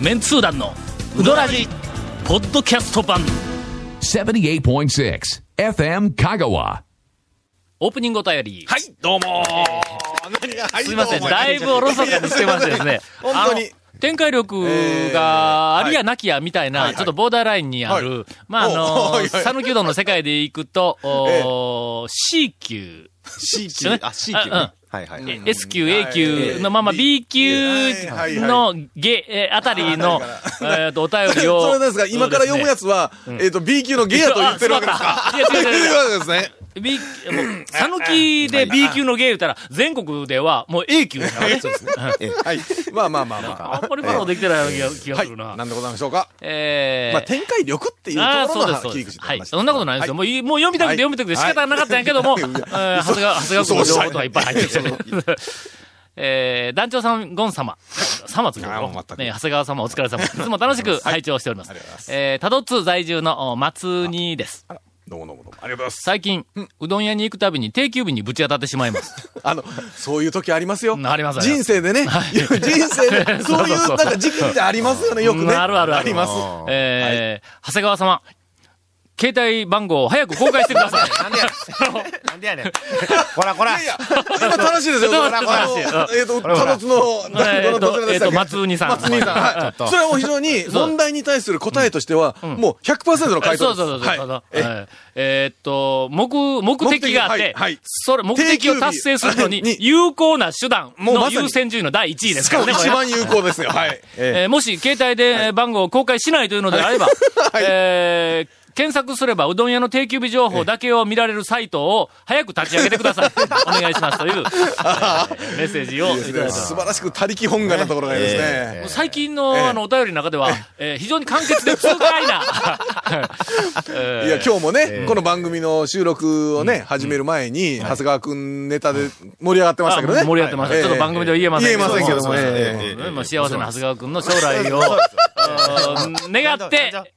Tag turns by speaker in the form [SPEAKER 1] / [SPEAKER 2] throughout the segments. [SPEAKER 1] メンツー団のウドラジポッドキャスト版
[SPEAKER 2] 78.6 FM Kagawa.
[SPEAKER 3] オープニングお便り。
[SPEAKER 4] はい、どうもー。
[SPEAKER 3] すいません。だ
[SPEAKER 4] 。
[SPEAKER 3] いぶおろそかにしてましてですね
[SPEAKER 4] 本当に
[SPEAKER 3] あの。展開力が、ありやなきやみたい
[SPEAKER 4] はいは
[SPEAKER 3] な、
[SPEAKER 4] い
[SPEAKER 3] ちょっとボーダーラインにあ
[SPEAKER 4] は
[SPEAKER 3] る
[SPEAKER 4] い、
[SPEAKER 3] まあ、あ
[SPEAKER 4] おおいおい
[SPEAKER 3] の、讃岐うどんの世界で行く と、お C 級、
[SPEAKER 4] C
[SPEAKER 3] 級ね
[SPEAKER 4] あ、C 級ね。
[SPEAKER 3] うん
[SPEAKER 4] はいはい。
[SPEAKER 3] え S 級、
[SPEAKER 4] はい
[SPEAKER 3] A 級のまま
[SPEAKER 4] え
[SPEAKER 3] B 級
[SPEAKER 4] はい
[SPEAKER 3] のゲ、えあたりの、えっと、お便りを。
[SPEAKER 4] それなんですが、今から読むやつは、えっと、B 級のゲアと言ってるわけですか
[SPEAKER 3] あ。 そうだいや違う違う違う
[SPEAKER 4] う。そういうことですね。
[SPEAKER 3] B、もう、さぬきで B 級の芸言うたら、全国ではもう A 級だからね。
[SPEAKER 4] えはい。まあまあまあまあ。
[SPEAKER 3] あんまりフォローできてないような気が気が
[SPEAKER 4] は
[SPEAKER 3] す
[SPEAKER 4] い。
[SPEAKER 3] るな。
[SPEAKER 4] なんでございましょうか。
[SPEAKER 3] えー。
[SPEAKER 4] まあ、展開力っていうと
[SPEAKER 3] ああー、
[SPEAKER 4] こ
[SPEAKER 3] そう
[SPEAKER 4] ろ
[SPEAKER 3] です、
[SPEAKER 4] の
[SPEAKER 3] そう
[SPEAKER 4] 切り
[SPEAKER 3] で
[SPEAKER 4] 口
[SPEAKER 3] す。
[SPEAKER 4] でござ
[SPEAKER 3] はいい。
[SPEAKER 4] ま
[SPEAKER 3] そんなことないですよ。もうい、もう読みたくて読みたくて仕方なかったんやけども、
[SPEAKER 4] はい
[SPEAKER 3] えー長谷川、長谷川君の情報とかいっぱい入ってきて。 えー、団長さん、ゴン様。様つけて
[SPEAKER 4] あー
[SPEAKER 3] ろ
[SPEAKER 4] もう全く
[SPEAKER 3] ね長谷川様お疲れ様。いつも楽しく拝聴しております。
[SPEAKER 4] ありがとうございます
[SPEAKER 3] えー、多度津在住のお松にです。
[SPEAKER 4] す。どうもどうもどうも。ありがとうございます。
[SPEAKER 3] 最近、うどん屋に行くたびに定休日にぶち当たってしまいます。
[SPEAKER 4] あの、そういう時ありますよ。
[SPEAKER 3] うんありますあります
[SPEAKER 4] 人生でね。い や人生 で、そういうなんか時期ってありますよ ね、よく
[SPEAKER 3] うん
[SPEAKER 4] ね。
[SPEAKER 3] あるあるある。
[SPEAKER 4] あります。
[SPEAKER 3] えー、長谷川様、携帯番号を早く公開してくだ さい。
[SPEAKER 5] なんでやねん。なんでやねん。こらこら。
[SPEAKER 4] いやいや、今楽しいです よ。
[SPEAKER 3] 楽しい
[SPEAKER 4] あのえっと、
[SPEAKER 5] ほらほ
[SPEAKER 4] タ
[SPEAKER 5] ら
[SPEAKER 4] ロツの、
[SPEAKER 3] えー
[SPEAKER 4] どち
[SPEAKER 3] と、
[SPEAKER 4] らで
[SPEAKER 3] え
[SPEAKER 4] し
[SPEAKER 3] った
[SPEAKER 4] っ
[SPEAKER 3] と、
[SPEAKER 4] け
[SPEAKER 3] 松兄さん。
[SPEAKER 4] 松兄さん。はい。それはもう非常に、問題に対する答えとしては、もう100%の回答
[SPEAKER 3] そうそうそうそ
[SPEAKER 4] です。
[SPEAKER 3] う。
[SPEAKER 4] はい
[SPEAKER 3] そう
[SPEAKER 4] え
[SPEAKER 3] はいえーっと、目、目的があって、
[SPEAKER 4] 目的はいはい
[SPEAKER 3] それ、目的を達成するのに
[SPEAKER 4] 定休日、に
[SPEAKER 3] 有効な手段
[SPEAKER 4] もう
[SPEAKER 3] の
[SPEAKER 4] まさに
[SPEAKER 3] 優先順位の第1位です
[SPEAKER 4] し
[SPEAKER 3] か
[SPEAKER 4] から
[SPEAKER 3] ね。
[SPEAKER 4] も一
[SPEAKER 3] これ
[SPEAKER 4] 番有効です よ。はい。え
[SPEAKER 3] えーもし、携帯で番号を公開しないというのであれば、 えー検索すれば、うどん屋の定休日情報だけを見られるサイトを早く立ち上げてください。お願いしますという、えーメッセージ をいただ
[SPEAKER 4] え
[SPEAKER 3] いております
[SPEAKER 4] 素晴らしく他力本願なところがありますね。
[SPEAKER 3] もう最近の,、あのお便りの中では、えー非常に簡潔で痛快な。えー
[SPEAKER 4] いや、今日もね、この番組の収録をね、始める前に、長谷川くんネタで盛り上がってましたけどね。
[SPEAKER 3] あ盛り上がってました。ちょっと番組では言えませんけども。
[SPEAKER 4] 言えませんけどもね
[SPEAKER 3] そうそうそう
[SPEAKER 4] え
[SPEAKER 3] うんまあ幸せな長谷川君の将来を、あー願って
[SPEAKER 5] 団長、はい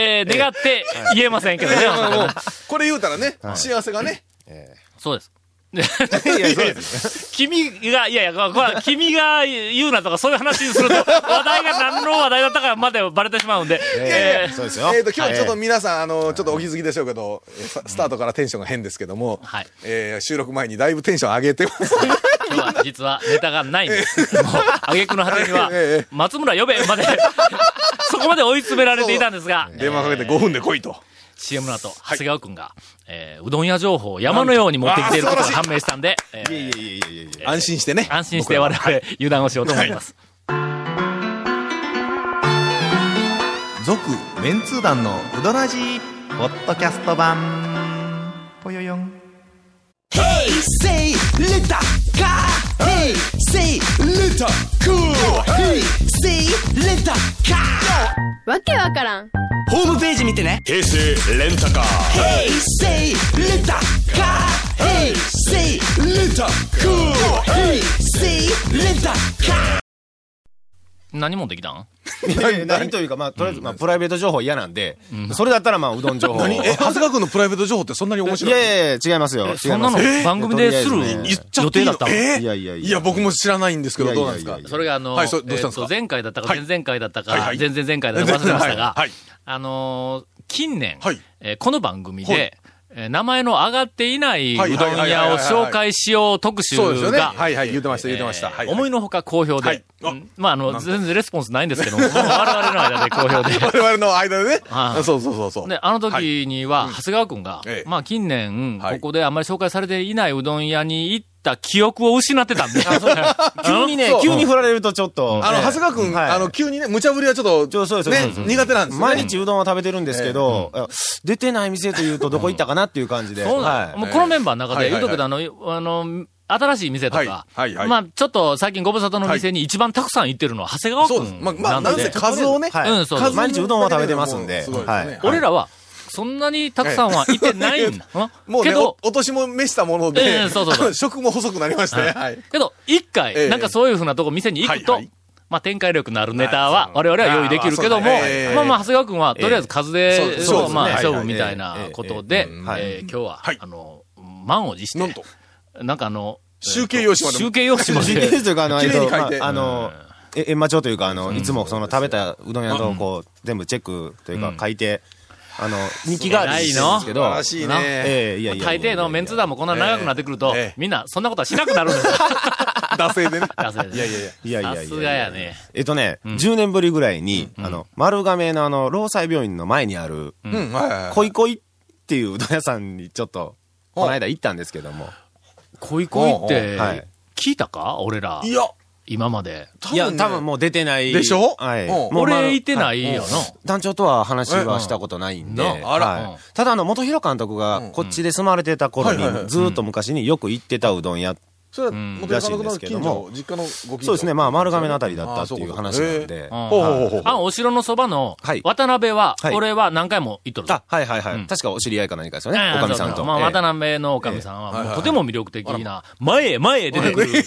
[SPEAKER 3] えー願って言えませんけどね。
[SPEAKER 4] まあもうこれ言うたらね、幸せ がね。
[SPEAKER 3] そうです。君が、いやいや、これこれ君が言うなとかそういう話にする と、話題が何の話題だったかまでバレてしまうんで、えー
[SPEAKER 5] そうですよ。
[SPEAKER 4] えっと、今日ちょっと皆さん、あの、ちょっとお気づきでしょうけど、えーさスタートからテンションが変ですけども
[SPEAKER 3] はい、
[SPEAKER 4] えー収録前にだいぶテンション上 げてます。
[SPEAKER 3] 今日は実はネタがないん です。もう、挙げ句の果てには
[SPEAKER 4] え、
[SPEAKER 3] 松村呼べまで、 そこまで追い詰められていたんですが、
[SPEAKER 4] 電話かけて5分で来いと。
[SPEAKER 3] CM の後、長谷川くんが、えーうどん屋情報を山のように持ってきていることが
[SPEAKER 4] あー素晴らし
[SPEAKER 3] 判明したんで、えー
[SPEAKER 5] いやいやいやいやいや。
[SPEAKER 4] 安心してね。
[SPEAKER 3] 安心して我々油断をしようと思います。
[SPEAKER 5] 続、メンツー団のウドラジー、ポッドキャスト版。ぽよよん。
[SPEAKER 6] say letter ka hey say letter cool hey say letter ka
[SPEAKER 7] わけわからん
[SPEAKER 6] ホームページ見てね平成レンタカー Hey say letter ka Hey say letter cool Hey say letter ka
[SPEAKER 3] 何もできたん
[SPEAKER 5] 何というか、まあ、とりあえず、まあ、プライベート情報嫌なんで、それだったら、まあ、うどん情報。
[SPEAKER 4] 何
[SPEAKER 5] い
[SPEAKER 4] え、長谷川君のプライベート情報ってそんなに面白い
[SPEAKER 5] やいやいや、違いますよ。違います
[SPEAKER 3] そんなの番組でする
[SPEAKER 5] えー
[SPEAKER 4] 言っちゃってい
[SPEAKER 3] 予定
[SPEAKER 4] いの
[SPEAKER 3] だったわ
[SPEAKER 4] えー
[SPEAKER 5] いやいやいや
[SPEAKER 4] いや、僕も知らないんですけど、どうなんです
[SPEAKER 5] いや
[SPEAKER 4] か
[SPEAKER 5] いやいやいや
[SPEAKER 3] それがあの、
[SPEAKER 4] はいそどうしたんですか
[SPEAKER 3] えーと前回だったか
[SPEAKER 4] はい
[SPEAKER 3] 前々回だった
[SPEAKER 4] はい
[SPEAKER 3] か
[SPEAKER 4] はい、
[SPEAKER 3] 前々前回だったか忘れましたが
[SPEAKER 4] はいはい、
[SPEAKER 3] あのー、近年
[SPEAKER 4] はい、
[SPEAKER 3] えーこの番組
[SPEAKER 4] は
[SPEAKER 3] で
[SPEAKER 4] い、
[SPEAKER 3] えー名前の上がっていない
[SPEAKER 4] はいう
[SPEAKER 3] どん屋を紹介しよう特集
[SPEAKER 4] そうですよね。
[SPEAKER 3] が、
[SPEAKER 4] はいはい、言ってました、言ってまし
[SPEAKER 3] え
[SPEAKER 4] た。
[SPEAKER 3] ー
[SPEAKER 4] はい
[SPEAKER 3] 思いのほか好評で、
[SPEAKER 4] はいあ
[SPEAKER 3] うんまあ、あの、
[SPEAKER 4] なんと
[SPEAKER 3] 全然レスポンスないんですけ ども、我々の間で好評で。
[SPEAKER 4] 我々の間でね
[SPEAKER 3] は。い
[SPEAKER 4] そうそうそうそう。
[SPEAKER 3] で、あの時には、長谷川くんが、
[SPEAKER 4] ええ
[SPEAKER 3] まあ近年、
[SPEAKER 4] はい
[SPEAKER 3] ここであんまり紹介されていないうどん屋に行った記憶を失ってたんで。 急
[SPEAKER 5] 急にね、急に振られるとちょっと。
[SPEAKER 4] あの、長谷川君、
[SPEAKER 5] はい
[SPEAKER 4] あの、急にね、無茶ぶりはちょっと、
[SPEAKER 5] ちょそうですそう
[SPEAKER 4] ね
[SPEAKER 5] です、
[SPEAKER 4] 苦手なんですよ
[SPEAKER 5] 毎
[SPEAKER 4] ね。
[SPEAKER 5] 日うどんを食べてるんですけど、あ出てない店というとどこ行ったかなっていう感じで。
[SPEAKER 3] そうな
[SPEAKER 5] は
[SPEAKER 3] の、
[SPEAKER 5] い
[SPEAKER 3] もうこのメンバーの中
[SPEAKER 4] は
[SPEAKER 3] で、
[SPEAKER 4] い
[SPEAKER 3] 言
[SPEAKER 4] は
[SPEAKER 3] う
[SPEAKER 4] い
[SPEAKER 3] と
[SPEAKER 4] は
[SPEAKER 3] く
[SPEAKER 4] い
[SPEAKER 3] とあの、あの、新しい店とか、
[SPEAKER 4] はいはいはい
[SPEAKER 3] まあちょっと最近ご無沙汰の店に一番たくさん行ってるのは長谷川く
[SPEAKER 4] そ
[SPEAKER 3] ん
[SPEAKER 4] う
[SPEAKER 3] な
[SPEAKER 4] で
[SPEAKER 3] ん
[SPEAKER 4] す。
[SPEAKER 3] で。
[SPEAKER 4] まあ、まあ、なんせ数をね、
[SPEAKER 5] はい
[SPEAKER 3] うんそう
[SPEAKER 4] 数
[SPEAKER 3] そう
[SPEAKER 5] 毎日うどんは食べてますんで。
[SPEAKER 4] すごいですね。
[SPEAKER 3] 俺らは、そんなにたくさんは行ってないんだ。うん
[SPEAKER 4] もう
[SPEAKER 3] け
[SPEAKER 4] ね、
[SPEAKER 3] ど
[SPEAKER 4] お、落としも召したもので、
[SPEAKER 3] ええそうそうそう
[SPEAKER 4] 食も細くなりまして、はい。
[SPEAKER 3] けど、一回、
[SPEAKER 4] ええ
[SPEAKER 3] なんかそういうふうなとこ店に行くと、
[SPEAKER 4] はいはい
[SPEAKER 3] まあ展開力のあるネタは、我々は用意できるけども、
[SPEAKER 4] ああそうですね
[SPEAKER 3] まあまあ、長谷川君は、とりあえず数で、
[SPEAKER 4] そうそうですね
[SPEAKER 3] まあ、
[SPEAKER 4] はい
[SPEAKER 3] 勝負みたいなことで、えー今日は、
[SPEAKER 4] はい
[SPEAKER 3] あの、満を持して、
[SPEAKER 4] なんと、
[SPEAKER 3] なんかあの、
[SPEAKER 4] 集計用紙まで
[SPEAKER 3] 集計用紙ま
[SPEAKER 5] ジュケー
[SPEAKER 3] で、
[SPEAKER 5] スというか、あの、
[SPEAKER 4] 綺麗に
[SPEAKER 5] えっと
[SPEAKER 4] 書いて
[SPEAKER 5] まああの、
[SPEAKER 8] え、え、まちょというか、あの、いつもその食べたうどん屋とこう、全部チェックというか、書いて、あの、日記が
[SPEAKER 3] ないの
[SPEAKER 8] ですけど、
[SPEAKER 4] らしい
[SPEAKER 3] な
[SPEAKER 4] ね。
[SPEAKER 8] ええいやいや。
[SPEAKER 3] 大抵のメンツ団もこんな長くなってくると
[SPEAKER 4] ええええ、
[SPEAKER 3] みんなそんなことはしなくなるん ですよ。
[SPEAKER 4] 惰性でね。
[SPEAKER 3] 惰性で
[SPEAKER 4] いやいやいや。
[SPEAKER 8] いやいやいやいや。
[SPEAKER 3] さすがやね。
[SPEAKER 8] えっとね、10年ぶりぐらいに、あの、丸亀のあの、労災病院の前にある、
[SPEAKER 4] うん、はいはいはい。
[SPEAKER 8] こいこいっていううどん屋さんにちょっと、この間行ったんですけども。
[SPEAKER 3] 恋恋っ
[SPEAKER 8] おうお
[SPEAKER 3] て
[SPEAKER 8] うはい、
[SPEAKER 3] 聞いたか俺ら。
[SPEAKER 4] いや、
[SPEAKER 3] 今まで。
[SPEAKER 8] いや、
[SPEAKER 4] ね
[SPEAKER 8] 多分もう出てない。
[SPEAKER 4] でしょ
[SPEAKER 8] はい。
[SPEAKER 4] うん
[SPEAKER 8] もう丸
[SPEAKER 3] 俺行ってないよ
[SPEAKER 8] 団長とは話はしたことないんで、
[SPEAKER 3] えうん
[SPEAKER 4] あら
[SPEAKER 8] は
[SPEAKER 3] うん
[SPEAKER 8] い、ただあの元広監督がこっちで住まれてた頃に
[SPEAKER 4] はいはいはい
[SPEAKER 8] ずーっと昔によく行ってたうどん屋、
[SPEAKER 4] それは、
[SPEAKER 3] ん
[SPEAKER 4] 元山の近所、
[SPEAKER 8] ら
[SPEAKER 4] 実家のご近所。
[SPEAKER 8] そうですねまあ丸亀のあたりだったっていう話なんで、
[SPEAKER 3] な。
[SPEAKER 4] ほう
[SPEAKER 3] うん
[SPEAKER 4] ほうほうほう。
[SPEAKER 3] あ、お城のそばの
[SPEAKER 8] はい、
[SPEAKER 3] 渡辺は
[SPEAKER 8] は、い
[SPEAKER 3] 俺は何回も行っとるぞ。
[SPEAKER 8] あはいはいはい、
[SPEAKER 3] うん
[SPEAKER 8] 確かお知り合いか何かですよね、
[SPEAKER 3] うん
[SPEAKER 8] おかみさん
[SPEAKER 3] そうそ
[SPEAKER 8] と、
[SPEAKER 3] うまあ、
[SPEAKER 8] ええ
[SPEAKER 3] 渡辺のおかみさんは、
[SPEAKER 4] い
[SPEAKER 3] も
[SPEAKER 4] は
[SPEAKER 3] う
[SPEAKER 4] い
[SPEAKER 3] とても魅力的な、前へ前へ出てくる。
[SPEAKER 8] そうで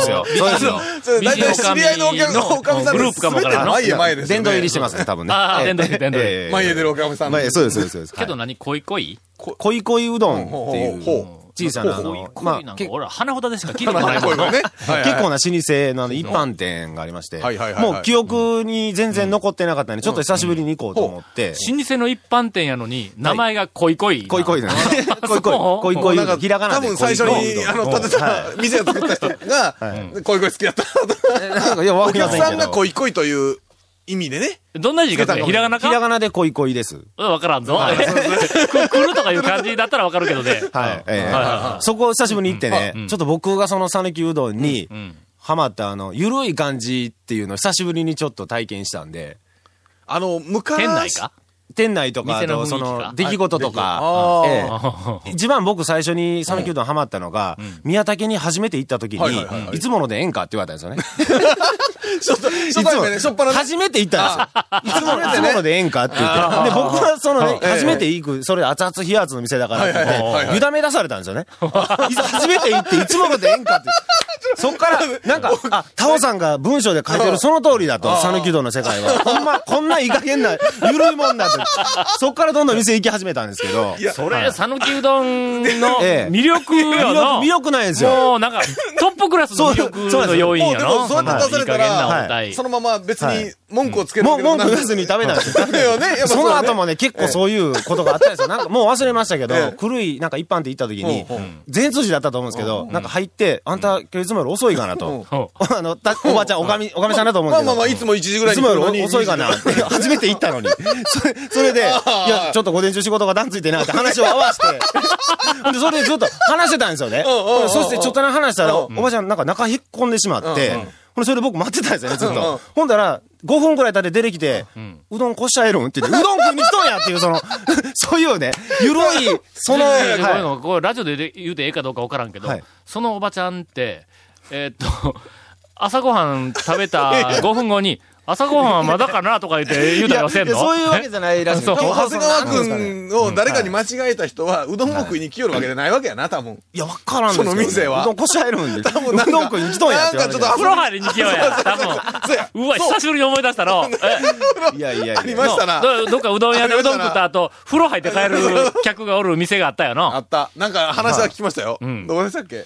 [SPEAKER 8] すよそうですよ
[SPEAKER 4] それ大体知り合いのお客のおかみさん
[SPEAKER 3] グループかもわからんの
[SPEAKER 4] 全て前へ前へですよね。
[SPEAKER 8] 殿堂入りしてますね多分ね
[SPEAKER 3] あー殿堂入り殿堂入り
[SPEAKER 8] ええ
[SPEAKER 4] 前へ出るおかみさん。
[SPEAKER 8] 前へそうですそうですそうです
[SPEAKER 3] けど
[SPEAKER 8] はい
[SPEAKER 3] 何、恋恋
[SPEAKER 8] 恋恋うどんってい
[SPEAKER 4] ほうほう
[SPEAKER 8] う
[SPEAKER 4] ほ
[SPEAKER 8] 小さなあ
[SPEAKER 3] 恋
[SPEAKER 8] の、
[SPEAKER 3] 恋なんか、
[SPEAKER 8] 結構
[SPEAKER 3] 俺は花札でしか聞いた
[SPEAKER 4] ま
[SPEAKER 3] ことない
[SPEAKER 4] あこ
[SPEAKER 3] も
[SPEAKER 4] うんいうのね。はいはい
[SPEAKER 8] 結構な老舗のあの一般店がありまして、
[SPEAKER 4] はいはいはいはい
[SPEAKER 8] もう記憶に全然残ってなかったんで、ちょっと久しぶりに行こうと思って、
[SPEAKER 3] 老舗の一般店やのに、名前が恋恋。
[SPEAKER 8] 恋恋だね。恋
[SPEAKER 3] そ
[SPEAKER 8] 恋。
[SPEAKER 3] う
[SPEAKER 8] 恋
[SPEAKER 4] もう
[SPEAKER 8] 恋。ひらがな
[SPEAKER 4] 多
[SPEAKER 8] で
[SPEAKER 4] 分最初に、あの、建て
[SPEAKER 8] は
[SPEAKER 4] た、店を作った人が、恋恋好きだった。
[SPEAKER 8] いなんかいや、わ
[SPEAKER 4] お
[SPEAKER 8] かりま
[SPEAKER 4] 客
[SPEAKER 8] せんけ
[SPEAKER 4] さ
[SPEAKER 8] ど。
[SPEAKER 4] んが恋恋という意味でね。
[SPEAKER 3] どんな字書くのひらがな
[SPEAKER 8] ひら
[SPEAKER 3] か
[SPEAKER 8] がなで恋恋です。
[SPEAKER 3] うんわからんぞ。 くくるとかいう感じだったらわかるけどね。
[SPEAKER 8] はい。
[SPEAKER 3] はい
[SPEAKER 8] え
[SPEAKER 3] はいは
[SPEAKER 8] えそこを久しぶりに行ってね、ちょっと僕がその讃岐うどんに
[SPEAKER 3] ん、
[SPEAKER 8] ハマったあの、ゆるい感じっていうのを久しぶりにちょっと体験したんで、
[SPEAKER 4] あの、昔。
[SPEAKER 3] 店内か
[SPEAKER 8] 店内とか、あ
[SPEAKER 3] 店の雰囲
[SPEAKER 8] と
[SPEAKER 3] 気か
[SPEAKER 8] その、出来事と
[SPEAKER 4] あ
[SPEAKER 8] か、
[SPEAKER 4] ー
[SPEAKER 8] ええ一番僕最初に讃岐うどんハマったのが、宮武に初めて行った時
[SPEAKER 4] はいはいはいは
[SPEAKER 8] に、
[SPEAKER 4] い
[SPEAKER 8] いつものでええんかって言われたんですよね。
[SPEAKER 4] ちょっと、初対面ね、しょっぱなね。
[SPEAKER 8] 初めて行ったんですよ。いつもの、いつものでええんかって言
[SPEAKER 4] あ
[SPEAKER 8] って。で、僕はそのね、
[SPEAKER 4] ええ
[SPEAKER 8] 初めて行く、それ熱々冷圧の店だからって
[SPEAKER 4] は
[SPEAKER 8] 言
[SPEAKER 4] いはいはい
[SPEAKER 8] っ
[SPEAKER 4] はい
[SPEAKER 8] て、委ね出されたんですよね。いざ初めて行って、いつもので ええんかって。そっから、なんか、あ、タオさんが文章で書いてるその通りだと、讃岐うどんの世界は。ほんま、こんないい加減な、ゆるいもんだと。そっからどんどん店行き始めたんですけど。
[SPEAKER 3] それ、讃岐うどんの
[SPEAKER 8] ええ
[SPEAKER 3] 魅力やな。
[SPEAKER 8] 魅力ないですよ。
[SPEAKER 3] もうなんか、トップクラスの魅力の要因
[SPEAKER 4] もう
[SPEAKER 3] や
[SPEAKER 4] で
[SPEAKER 3] な。
[SPEAKER 4] も、そうやって出された
[SPEAKER 3] いい加減な
[SPEAKER 4] ら、
[SPEAKER 3] 問題
[SPEAKER 4] そのまま別に文句をつける
[SPEAKER 8] も
[SPEAKER 4] わ
[SPEAKER 8] う
[SPEAKER 4] けでも
[SPEAKER 8] 文
[SPEAKER 4] なく
[SPEAKER 8] 句言わずに食べたんです よ。
[SPEAKER 4] だよね。やっぱ
[SPEAKER 8] その後も
[SPEAKER 4] ね。
[SPEAKER 8] ね、結構そういうことがあったんですよ。なんかもう忘れましたけど
[SPEAKER 4] ええ、
[SPEAKER 8] 狂い、なんか一般って行った時に
[SPEAKER 4] ほうほう、
[SPEAKER 8] 前通じだったと思うんですけど、なんか入って、あんた今日いつもより遅いかなと。 あの、たおばちゃん、おかみ、おかみさんだと思うん
[SPEAKER 4] ま
[SPEAKER 8] で
[SPEAKER 4] あ
[SPEAKER 8] すけど。
[SPEAKER 4] まあまあ、いつも1時ぐらい
[SPEAKER 8] いつ
[SPEAKER 4] に来
[SPEAKER 8] もよ
[SPEAKER 4] るのに。
[SPEAKER 8] り遅いかな。 初めて行ったのに。それ、それで、いや、ちょっと午前中仕事が段ついてなって話を合わ せて、で、それでずっと話してたんですよね
[SPEAKER 4] うんうん。
[SPEAKER 8] そしてちょっとな話したら、おばちゃんなんか中引っ込んでしまって、ほんでそれで僕待ってたんですよね、ずっ
[SPEAKER 4] うんうん
[SPEAKER 8] と。ほんだら、5分くらい経って出てきて、うどんこしゃえるんって言って、うどん食いに来とんやっていう、その、 そういうね、ゆるい、その、
[SPEAKER 3] いやいやいやこういう
[SPEAKER 8] は
[SPEAKER 3] の、こうラジオで言うてええかどうかわからんけど、
[SPEAKER 8] はい
[SPEAKER 3] そのおばちゃんって、えーっと、朝ごはん食べた5分後に、朝ごはんはまだかなとか言って言う
[SPEAKER 8] い。い
[SPEAKER 3] たり
[SPEAKER 8] や
[SPEAKER 3] はせん
[SPEAKER 8] い
[SPEAKER 3] の
[SPEAKER 8] やそういうわけじゃないらし い。
[SPEAKER 3] そう
[SPEAKER 8] 今日
[SPEAKER 4] 長谷川
[SPEAKER 8] なんですかね
[SPEAKER 4] 君を誰かに間違えた人は、うどんを食いに来よるわけじゃないわけやな、多 分。
[SPEAKER 8] いや、わからんですけど
[SPEAKER 4] そ
[SPEAKER 8] ね
[SPEAKER 4] の店は
[SPEAKER 8] うどんこしゃえるんで。う
[SPEAKER 4] 多分なんか
[SPEAKER 8] どん食いに来とんやって
[SPEAKER 4] なん
[SPEAKER 8] 言われて。
[SPEAKER 4] かちょっと
[SPEAKER 3] 風呂入りに来ようや、多分。
[SPEAKER 4] そうや。
[SPEAKER 3] うわ、久しぶりに思い出したの。え
[SPEAKER 8] いやいやいや。
[SPEAKER 4] ありましたな。
[SPEAKER 3] どどっかうどん屋でうどん食った後、風呂入って帰る客がおる店があったよ
[SPEAKER 4] あ
[SPEAKER 3] な。
[SPEAKER 4] った。なんか話は聞きましたよ。
[SPEAKER 3] ん
[SPEAKER 4] どこでしたっけ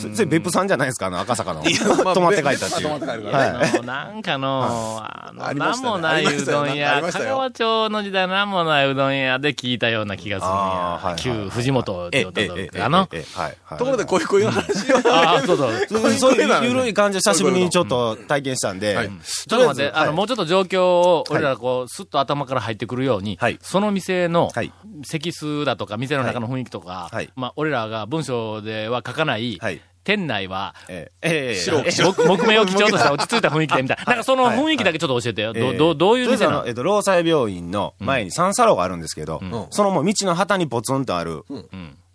[SPEAKER 8] そそれ別府さんじゃないですか、あの赤坂の。
[SPEAKER 4] まあ
[SPEAKER 8] 泊まって帰ったっ
[SPEAKER 4] 別
[SPEAKER 8] てい
[SPEAKER 4] 府さん泊ま
[SPEAKER 8] う
[SPEAKER 4] って帰る。から
[SPEAKER 8] はい
[SPEAKER 3] あのなんかの、あの、
[SPEAKER 4] ありま
[SPEAKER 3] な
[SPEAKER 4] し
[SPEAKER 3] ん
[SPEAKER 4] たね
[SPEAKER 3] もない
[SPEAKER 4] ありま
[SPEAKER 3] う
[SPEAKER 4] し
[SPEAKER 3] ど
[SPEAKER 4] たよ
[SPEAKER 3] ん
[SPEAKER 4] なんかあ
[SPEAKER 3] 屋、
[SPEAKER 4] りまし
[SPEAKER 3] 香
[SPEAKER 4] たよ
[SPEAKER 3] 川町の時代なんもないうどん屋で聞いたような気がするん
[SPEAKER 8] あーはいはい
[SPEAKER 3] や。旧藤本
[SPEAKER 8] え
[SPEAKER 3] で
[SPEAKER 8] え
[SPEAKER 3] おっ、た
[SPEAKER 8] ええ
[SPEAKER 3] と、
[SPEAKER 8] ええ、
[SPEAKER 3] あの、
[SPEAKER 8] ええ、はい。はい
[SPEAKER 4] ところで、こういうこういう話を。
[SPEAKER 3] ああ、そうそう。
[SPEAKER 8] そういう そう
[SPEAKER 4] こういうのあ
[SPEAKER 8] いう
[SPEAKER 4] るね
[SPEAKER 8] 緩い感じを久しぶりにちょっと体験したんで
[SPEAKER 4] はい、
[SPEAKER 3] ちょっと待って、あの、も
[SPEAKER 8] も
[SPEAKER 3] うちょっと状況を、
[SPEAKER 8] い
[SPEAKER 3] 俺らこう、スッと頭から入ってくるように、
[SPEAKER 8] はい
[SPEAKER 3] その店の
[SPEAKER 8] はい、
[SPEAKER 3] 席数だとか、店の中の雰囲気とか、
[SPEAKER 8] はい
[SPEAKER 3] まあ、俺らが文章では書かない、
[SPEAKER 8] はい
[SPEAKER 3] 店内は、
[SPEAKER 8] ええ、ええ、
[SPEAKER 4] 白
[SPEAKER 8] ええ
[SPEAKER 4] く
[SPEAKER 3] 木木目を基調とした落ち着いた雰囲気でみたいな。なんかその
[SPEAKER 8] はい
[SPEAKER 3] 雰囲気だけちょっと教えてよ。
[SPEAKER 8] ええ
[SPEAKER 3] ど、ど、どういう
[SPEAKER 8] とりあえず
[SPEAKER 3] 店
[SPEAKER 8] あ
[SPEAKER 3] なの
[SPEAKER 8] の、えっと、労災病院の前に三叉路があるんですけど、そのもう道の旗にポツンとある、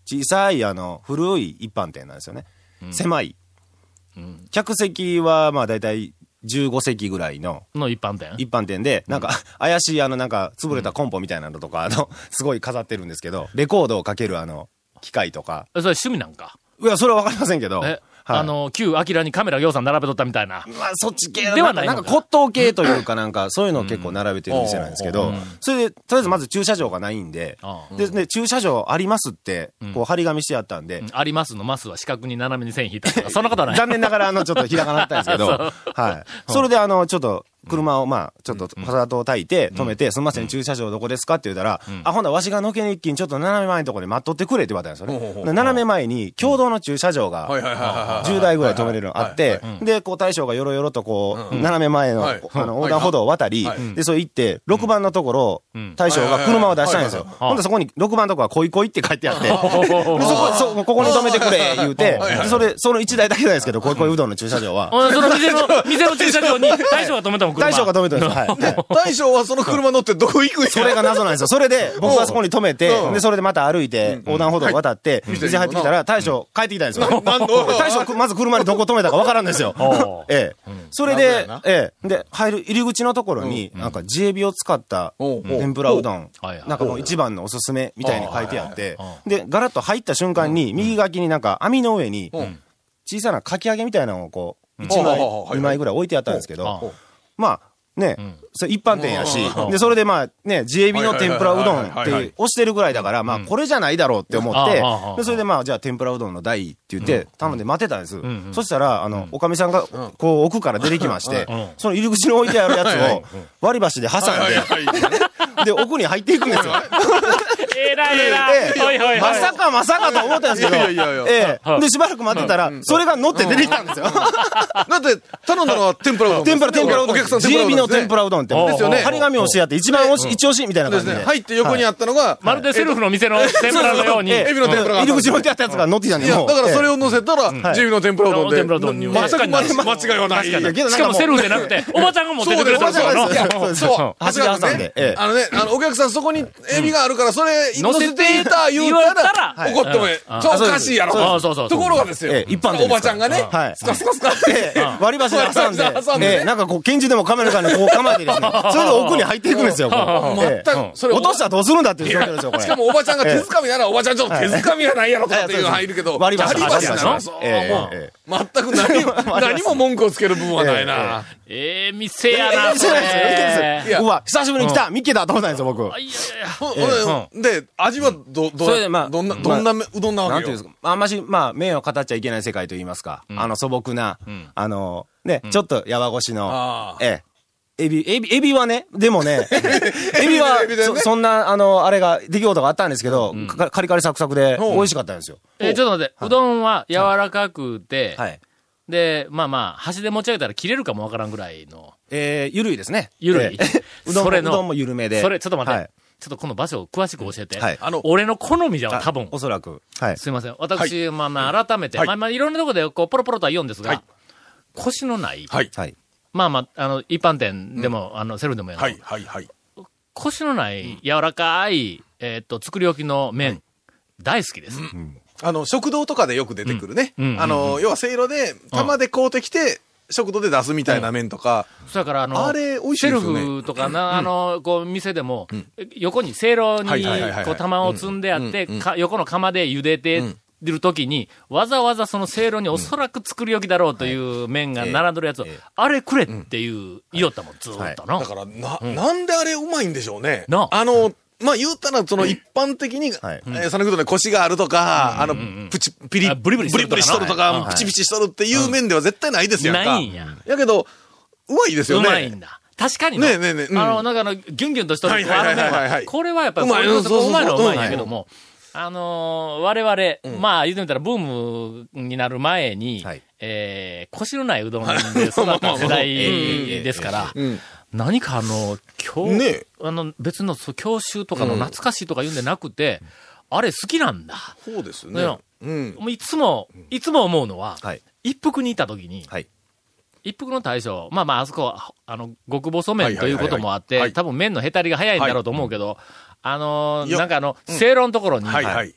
[SPEAKER 8] 小さい、あの、古い一般店なんですよね。狭い。客席は、まあ、だいたい15席ぐらいの、
[SPEAKER 3] の一般店
[SPEAKER 8] 一般店で、なんか、 怪しい、あの、なんか、潰れたコンポみたいなのとか、あの、 すごい飾ってるんですけど、レコードをかける、あの、機械とか。
[SPEAKER 3] それ趣味なんか。
[SPEAKER 8] いや、それはわかりませんけど、は
[SPEAKER 3] え
[SPEAKER 8] い。はい
[SPEAKER 3] あの、旧アキラにカメラぎょうさん並べとったみたいな。
[SPEAKER 8] まあ、そっち系
[SPEAKER 3] で
[SPEAKER 8] で
[SPEAKER 3] は
[SPEAKER 8] は
[SPEAKER 3] な
[SPEAKER 8] ないい
[SPEAKER 3] の
[SPEAKER 8] な
[SPEAKER 3] か
[SPEAKER 8] んか骨董系というかなんか、そういうのを結構並べてる店なんですけど、それで、とりあえずまず駐車場がないんで
[SPEAKER 3] ああ、
[SPEAKER 8] で、ね駐車場ありますって、こう、張り紙してあったんで、
[SPEAKER 3] ありますのますは四角に斜めに線引いたとか。そんなことはない。
[SPEAKER 8] 残念ながら、あの、ちょっと開かなかったんですけ
[SPEAKER 3] そ
[SPEAKER 8] ど
[SPEAKER 3] う、
[SPEAKER 8] はい。それで、あの、ちょっと、車を、まあ、ちょっと、ハザードを焚いて、止めて、すみません、駐車場どこですかって言ったら、あ、ほんならわしがのけに一気にちょっと斜め前のところで待っとってくれって言われたんですよね。で斜め前に、共同の駐車場が、
[SPEAKER 4] はいはいはいはい。
[SPEAKER 8] 10台ぐらい止めれるのあって、で、こう大将がよろよろとこう、斜め前の、
[SPEAKER 4] はい
[SPEAKER 8] あの、横断歩道を渡り、
[SPEAKER 4] はい
[SPEAKER 8] で、それ行って、6番のところ、大将が車を出したんですよ。ほんでそこに、6番のところは恋恋って書いてあって、でそこ、そうここに止めてくれ、言うて、でそれ、その1台だけなんですけど、恋恋うどんの駐車場は。
[SPEAKER 3] うんその店の、店の駐車場に大将が止めたもん、車。
[SPEAKER 8] 大将が止めたんですよ。はい。はい
[SPEAKER 4] 大将はその車乗ってどこ行くんや
[SPEAKER 8] それが謎なんですよ。それで、僕はそこに止めて
[SPEAKER 4] う、ん
[SPEAKER 8] で、それでまた歩いて、横断歩道を渡って、店入ってきたら、大将帰ってきたんですよ。
[SPEAKER 4] なんの
[SPEAKER 8] 大将、まず車にどこ止めたかわからんですよ
[SPEAKER 3] おう。
[SPEAKER 8] ええ。それで
[SPEAKER 4] 謎やな、
[SPEAKER 8] ええ。で、入る、入り口のところに、なんか、ジエビを使った
[SPEAKER 4] おう
[SPEAKER 8] 天ぷらうどん
[SPEAKER 3] おうはいは、い
[SPEAKER 8] なんかもう一番のおすすめみたいに書いてあって、で、ガラッと入った瞬間に、右側になんか、網の上に、
[SPEAKER 4] うん
[SPEAKER 8] 小さなかき揚げみたいなのをこう、
[SPEAKER 4] お
[SPEAKER 8] 1
[SPEAKER 4] う
[SPEAKER 8] 枚、
[SPEAKER 4] おうおう
[SPEAKER 8] 2枚ぐらい置いてあったんですけ
[SPEAKER 3] おうお
[SPEAKER 8] ど、まあ、ね、それ一般店やし
[SPEAKER 3] うん、
[SPEAKER 8] で、それでまあ、ね、ジエビの天ぷらうどんっ
[SPEAKER 4] はいはいはいはいはい
[SPEAKER 8] て押してるぐらいだから、まあ、これじゃないだろうって思って
[SPEAKER 3] うん、
[SPEAKER 8] で、それでまあ、じゃあ天ぷらうどんの台って言って、頼んで待ってたんです
[SPEAKER 3] ん。
[SPEAKER 8] そしたら、あの、おかみさんが、こう、奥から出てきまして
[SPEAKER 3] ん、
[SPEAKER 8] その入り口に置いてあるやつを、割り箸で挟
[SPEAKER 4] はい
[SPEAKER 8] ん
[SPEAKER 4] はいはい
[SPEAKER 8] で、で、奥に入っていくんですよ。
[SPEAKER 3] えらいえらい。
[SPEAKER 8] で
[SPEAKER 3] おいおいおい。
[SPEAKER 8] まさかまさかと思ったんですけど、
[SPEAKER 4] いやいやいやい
[SPEAKER 8] ええで、しばらく待ってたら、それが乗って出てきたんですよ。
[SPEAKER 4] だって、頼んだのは天ぷらうどんです。
[SPEAKER 8] 天ぷら、天ぷらうどん。
[SPEAKER 4] お客さん
[SPEAKER 8] ジエビの天ぷ
[SPEAKER 4] ら
[SPEAKER 8] らうどんって。
[SPEAKER 3] ですよね
[SPEAKER 8] 張り紙をしてやって、一番おし、一押しみたいな
[SPEAKER 4] うどん
[SPEAKER 8] 感
[SPEAKER 4] ですね。ですね。
[SPEAKER 8] じで。
[SPEAKER 4] 入って横にあったのが、
[SPEAKER 3] まるでセルフの店の天ぷらのように。
[SPEAKER 8] ええ
[SPEAKER 4] エビの天ぷらがあった
[SPEAKER 8] 入り口に置いてあったやつが乗ってきたん
[SPEAKER 4] い
[SPEAKER 8] で、
[SPEAKER 4] や、
[SPEAKER 8] もう
[SPEAKER 4] だからそれ
[SPEAKER 8] え
[SPEAKER 4] を乗せたら、
[SPEAKER 8] い
[SPEAKER 4] ジエビの天ぷらうどんで。
[SPEAKER 3] 天ぷらうどんに
[SPEAKER 4] 全く間違いはない。
[SPEAKER 8] えいやけど
[SPEAKER 3] し
[SPEAKER 8] な
[SPEAKER 3] かも
[SPEAKER 8] んかも
[SPEAKER 3] セルフじゃなくて、おばちゃんが持ってきてくれたんですよ
[SPEAKER 8] そうですおばちゃんが
[SPEAKER 3] の
[SPEAKER 8] です
[SPEAKER 4] そう。
[SPEAKER 8] そう
[SPEAKER 4] 長谷川さ
[SPEAKER 8] 長谷川さんでええ
[SPEAKER 4] あのね、あの、お客さんそこにエビがあるから、それ、乗せていた言う
[SPEAKER 3] 乗せて
[SPEAKER 4] た
[SPEAKER 3] は
[SPEAKER 4] ら、
[SPEAKER 3] い
[SPEAKER 4] 怒ってもえ
[SPEAKER 3] うん
[SPEAKER 4] え。そう、おかしいやろ。
[SPEAKER 3] そうそうそう
[SPEAKER 4] ところがですよ
[SPEAKER 8] え、え一般店
[SPEAKER 4] おばちゃんがね
[SPEAKER 8] ですからは、い
[SPEAKER 4] スカスカスカって
[SPEAKER 8] え、割り箸で挟んで
[SPEAKER 4] 割り箸で挟ん、で
[SPEAKER 8] ええなんかこう、拳銃でもカメラからこう構えてです ね、それで奥に入っていくんですよ、こうええ
[SPEAKER 4] 全くそれ
[SPEAKER 8] 落としたらどうするんだっていう状況ですよ、これ。
[SPEAKER 4] しかもおばちゃんが手づかみなら、おばちゃんちょっと手づかみはないやろとかっていうの入るけど、
[SPEAKER 8] 割り箸
[SPEAKER 4] 割り箸や
[SPEAKER 3] 割り
[SPEAKER 4] な。
[SPEAKER 3] 箸
[SPEAKER 4] そう、
[SPEAKER 8] ええ
[SPEAKER 4] も
[SPEAKER 8] え
[SPEAKER 4] う全く何も、何も文句をつける部分はないな。
[SPEAKER 3] ええ店やな、
[SPEAKER 8] そうなんですよ
[SPEAKER 3] れ
[SPEAKER 8] いやうわ、久しぶりに来たミッケだと思ったんですよ、僕。
[SPEAKER 3] あいやいやいや
[SPEAKER 4] ほんほんで、味はど、ど
[SPEAKER 8] それでまあ
[SPEAKER 4] う、どんな、どんなうどんな
[SPEAKER 8] な
[SPEAKER 4] わ
[SPEAKER 8] んて
[SPEAKER 4] け
[SPEAKER 8] いうん
[SPEAKER 4] よ
[SPEAKER 8] です。か、あんまし、まあ、名誉を語っちゃいけない世界といいますか、あの素朴な、あの、ね、ちょっとやわごし
[SPEAKER 4] あ
[SPEAKER 8] の、ええ、エビ、エビ、エビはね、でもね、エビは
[SPEAKER 4] エビでね
[SPEAKER 8] そ、そんな、あの、あれが、出来事があったんですけど、かカリカリサクサクで、
[SPEAKER 4] うん
[SPEAKER 8] 美味しかったんですよ。
[SPEAKER 3] えーちょっと待って、うどんは柔らかくて、
[SPEAKER 8] はい。
[SPEAKER 3] で、まあまあ、箸で持ち上げたら切れるかもわからんぐらいの。
[SPEAKER 8] えー、ゆるいですね。
[SPEAKER 3] ゆるい
[SPEAKER 8] え えうどん
[SPEAKER 3] そ
[SPEAKER 8] も
[SPEAKER 3] れ
[SPEAKER 8] う
[SPEAKER 3] の
[SPEAKER 8] どんも緩めで。
[SPEAKER 3] それ、ちょっと待って、
[SPEAKER 8] はい
[SPEAKER 3] ちょっとこの場所を詳しく教えて。
[SPEAKER 8] はい
[SPEAKER 4] あの
[SPEAKER 3] 俺の好みじゃ
[SPEAKER 8] あ
[SPEAKER 3] ん、多分。
[SPEAKER 8] おそらく。はい。
[SPEAKER 3] すいません。私、まあまあ、改めて、
[SPEAKER 4] はい
[SPEAKER 3] まあまあ、いろんなとこで、こう、ポロポロとは言うんですが、
[SPEAKER 4] はい
[SPEAKER 3] 腰のない、
[SPEAKER 4] はい。
[SPEAKER 8] はい。
[SPEAKER 3] まあまあ、あの、一般店でも、あの、セルフでもやる、
[SPEAKER 4] はい、はい、はい。
[SPEAKER 3] 腰のない、柔らかい、えーっと、作り置きの麺、大好きです。
[SPEAKER 4] あの、食堂とかでよく出てくるね。
[SPEAKER 3] うんうん
[SPEAKER 4] あの、要はせいろで、玉で買うてきて、食堂で出すみたいな麺とか、
[SPEAKER 3] それから、あの、
[SPEAKER 4] あれ美味しいですよね
[SPEAKER 3] セルフとかな、あの、こう、店でも、横に、せいろに
[SPEAKER 4] はいはいはいは、い
[SPEAKER 3] こう、玉を積んであって、か横の釜で茹でて、る時に、わざわざそのせいろにおそらく作り置きだろうという麺が並んでるやつを、あれくれっていう、言おったもん、ずーっとな。
[SPEAKER 4] だから、な、なんであれうまいんでしょうね。
[SPEAKER 3] なあ
[SPEAKER 4] あの、まあ、言うたら、その一般的に、
[SPEAKER 8] はい
[SPEAKER 4] えー、サネクトで腰があるとか、あの、プチ、ピリ、
[SPEAKER 3] あブリブリしとるとかな
[SPEAKER 4] しとると
[SPEAKER 3] はい
[SPEAKER 4] か
[SPEAKER 3] は、い
[SPEAKER 4] プチピチしとるっていう面では絶対ないですやんか。
[SPEAKER 3] ないんや。
[SPEAKER 4] やけど、うまいですよ
[SPEAKER 3] う
[SPEAKER 4] ね。
[SPEAKER 3] まいんだ。確かに
[SPEAKER 4] ねえねえねえうん
[SPEAKER 3] あの、なんかあの、ギュンギュンとしと
[SPEAKER 4] は
[SPEAKER 3] る
[SPEAKER 4] い
[SPEAKER 3] こう
[SPEAKER 4] はい
[SPEAKER 3] あ
[SPEAKER 4] は
[SPEAKER 3] の
[SPEAKER 4] いはいはい
[SPEAKER 3] 麺はこれはやっぱり、
[SPEAKER 4] うまい
[SPEAKER 3] そういうこと
[SPEAKER 4] そうそう
[SPEAKER 3] うまいのはうまいん
[SPEAKER 4] うん
[SPEAKER 3] やけども、あのー我々、まあ、言うてみたらブームになる前に、
[SPEAKER 8] はい
[SPEAKER 3] えー、腰のないうどんで育 った世代ですから、何かあの、教、
[SPEAKER 4] ねえ
[SPEAKER 3] あの、別のそう教習とかの懐かしいとか言うんじゃなくて、あれ好きなんだ。
[SPEAKER 4] そうですね。
[SPEAKER 3] ね
[SPEAKER 4] うん。
[SPEAKER 3] もういつも、いつも思うのは、
[SPEAKER 8] はい
[SPEAKER 3] 一服にいた時に、
[SPEAKER 8] はい
[SPEAKER 3] 一服の大将、まあまあ、あそこは、あの、極細麺ということもあっ
[SPEAKER 4] はいはいはいは
[SPEAKER 3] て、
[SPEAKER 4] い
[SPEAKER 3] 多分麺のへたりが早いんだろうと思うけど、あのー、
[SPEAKER 4] いや
[SPEAKER 3] なんかあの、正論のところに、
[SPEAKER 4] はいはい。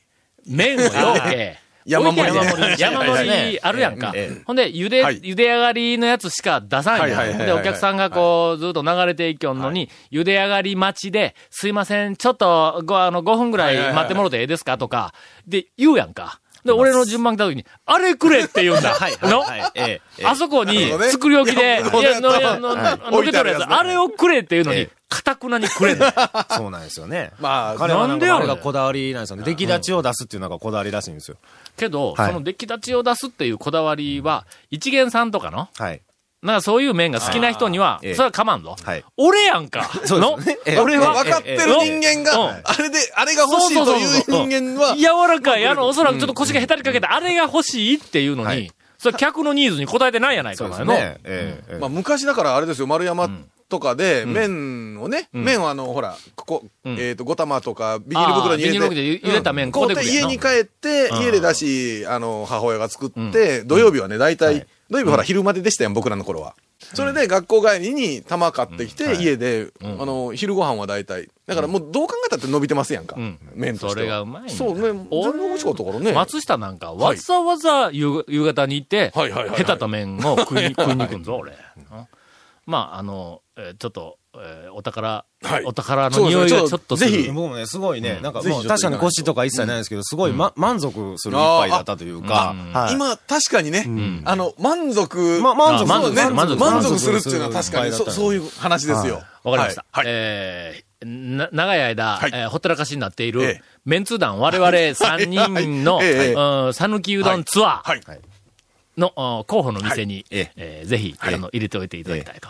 [SPEAKER 3] 麺をようけ、
[SPEAKER 4] 山盛りね
[SPEAKER 3] 置いて山盛り、山盛りあるやんか
[SPEAKER 8] ええええ。
[SPEAKER 3] ほんで、茹で、
[SPEAKER 4] はい
[SPEAKER 3] 茹で上がりのやつしか出さん
[SPEAKER 4] はい
[SPEAKER 3] や
[SPEAKER 4] はい
[SPEAKER 3] ん。
[SPEAKER 4] はい
[SPEAKER 3] ほ
[SPEAKER 4] は
[SPEAKER 3] ん
[SPEAKER 4] い
[SPEAKER 3] で、お客さんがこう、ずっと流れていきよんのに、茹で上がり待ちで、すいません、ちょっと、ご、あの、5分ぐらい待ってもろてええですかとか、で、言うやんか。で、俺の順番来た時に、あれくれって言うんだ。
[SPEAKER 5] はいはい
[SPEAKER 3] の
[SPEAKER 5] はいええええ
[SPEAKER 3] あそこに
[SPEAKER 4] なるほど、ね
[SPEAKER 3] 作り置きで、
[SPEAKER 4] い
[SPEAKER 3] い
[SPEAKER 4] や
[SPEAKER 3] や、の、
[SPEAKER 4] こ
[SPEAKER 3] の
[SPEAKER 4] れは、
[SPEAKER 3] の
[SPEAKER 4] は
[SPEAKER 3] の、のけと
[SPEAKER 4] い
[SPEAKER 3] るや
[SPEAKER 4] 置いてあるやつ
[SPEAKER 3] つ、
[SPEAKER 4] ね
[SPEAKER 3] あれをくれっていうの
[SPEAKER 5] え
[SPEAKER 3] に
[SPEAKER 5] え、
[SPEAKER 3] かたくなにくれんの。
[SPEAKER 8] そうなんですよね。
[SPEAKER 4] まあ
[SPEAKER 8] 彼はなん
[SPEAKER 3] なんでや
[SPEAKER 8] か
[SPEAKER 3] ろ
[SPEAKER 8] あれがこだわりなんですよね。出来立ちを出すっていうのがこだわりらしいんですよ。
[SPEAKER 3] けど、
[SPEAKER 8] はい
[SPEAKER 3] その出来立ちを出すっていうこだわりは、一元さんとかの、
[SPEAKER 8] はい。
[SPEAKER 3] なんかそういう面が好きな人には、そ
[SPEAKER 5] ええ
[SPEAKER 3] れはかまんぞ。
[SPEAKER 5] はい
[SPEAKER 3] 俺やんか。
[SPEAKER 8] そうですよねええ
[SPEAKER 3] の俺は、
[SPEAKER 4] 分かってる人間
[SPEAKER 3] え
[SPEAKER 4] が
[SPEAKER 3] え、
[SPEAKER 4] あれで、あれが 欲しいという
[SPEAKER 3] そうそうそう
[SPEAKER 4] 人間は、
[SPEAKER 3] 柔らかい、あの、おそらくちょっと腰がへたりかけて、あれが欲しいっていうのに、
[SPEAKER 5] はい
[SPEAKER 3] それ客のニーズに応えてないやないか、
[SPEAKER 5] そう
[SPEAKER 3] お
[SPEAKER 5] で
[SPEAKER 3] 前
[SPEAKER 5] す
[SPEAKER 3] の。
[SPEAKER 5] ね。ええええ
[SPEAKER 4] まあ、昔だからあれですよ、丸山とかで、麺をね、麺はあの、ほら、ここ、えっと、5玉とか、ビニール袋に入れ
[SPEAKER 3] あー
[SPEAKER 4] て
[SPEAKER 3] ビニール袋で入れた麺、こ
[SPEAKER 4] こ
[SPEAKER 3] うで
[SPEAKER 4] うやっ
[SPEAKER 3] く
[SPEAKER 4] て
[SPEAKER 3] れや
[SPEAKER 4] 家
[SPEAKER 3] な
[SPEAKER 4] に帰って、家でだし、あの、母親が作って、土曜日はね、大体、土曜日ほら、昼まででしたやん、僕らの頃は。それで学校帰りに玉買ってきて、家で、あの、昼ご飯は大体。だからもうどう考えたって伸びてますやんか
[SPEAKER 3] ん。
[SPEAKER 4] 麺としては。
[SPEAKER 3] それがうまいんだ
[SPEAKER 4] そうね。全
[SPEAKER 3] 俺
[SPEAKER 4] 然美味しかったからね。
[SPEAKER 3] 松下なんか、わざわざ夕夕方に行って、
[SPEAKER 4] はいはいはいはい
[SPEAKER 3] 下手た麺を食いに食いに行くんぞ、 俺。まあ、あの、えーちょっと、えーお宝、
[SPEAKER 4] はい
[SPEAKER 3] お宝の匂いがち
[SPEAKER 4] そ
[SPEAKER 3] ょっ
[SPEAKER 4] うですね
[SPEAKER 3] とする。
[SPEAKER 4] ちょっとぜひ
[SPEAKER 8] 僕もね、すごいね、なんか
[SPEAKER 4] ぜひ
[SPEAKER 8] もう
[SPEAKER 4] ちょっ
[SPEAKER 8] 確
[SPEAKER 4] と
[SPEAKER 8] かに腰とか一切ないんですけど、すごい、ま、満足する一杯だったというか、はい
[SPEAKER 4] 今、確かにね、あの、満足。
[SPEAKER 8] ま満足
[SPEAKER 4] そ
[SPEAKER 3] す
[SPEAKER 4] う
[SPEAKER 3] る
[SPEAKER 4] ね
[SPEAKER 3] 満
[SPEAKER 4] 満
[SPEAKER 3] 足
[SPEAKER 4] 足するっていうのは確かに、そそういう話ですよ。
[SPEAKER 3] わかりました。
[SPEAKER 4] はい。はい
[SPEAKER 3] えーな長い間、
[SPEAKER 4] はい
[SPEAKER 3] えーほったらかしになっている、
[SPEAKER 4] ええ
[SPEAKER 3] メンツ団我々3人の、
[SPEAKER 4] はいはいはいええ
[SPEAKER 3] うん讃岐うどんツアー
[SPEAKER 4] はい。
[SPEAKER 3] の、うん候補の店に、
[SPEAKER 5] ええ
[SPEAKER 3] えーぜひ、
[SPEAKER 4] はい
[SPEAKER 3] あの入れておいていただきたいと。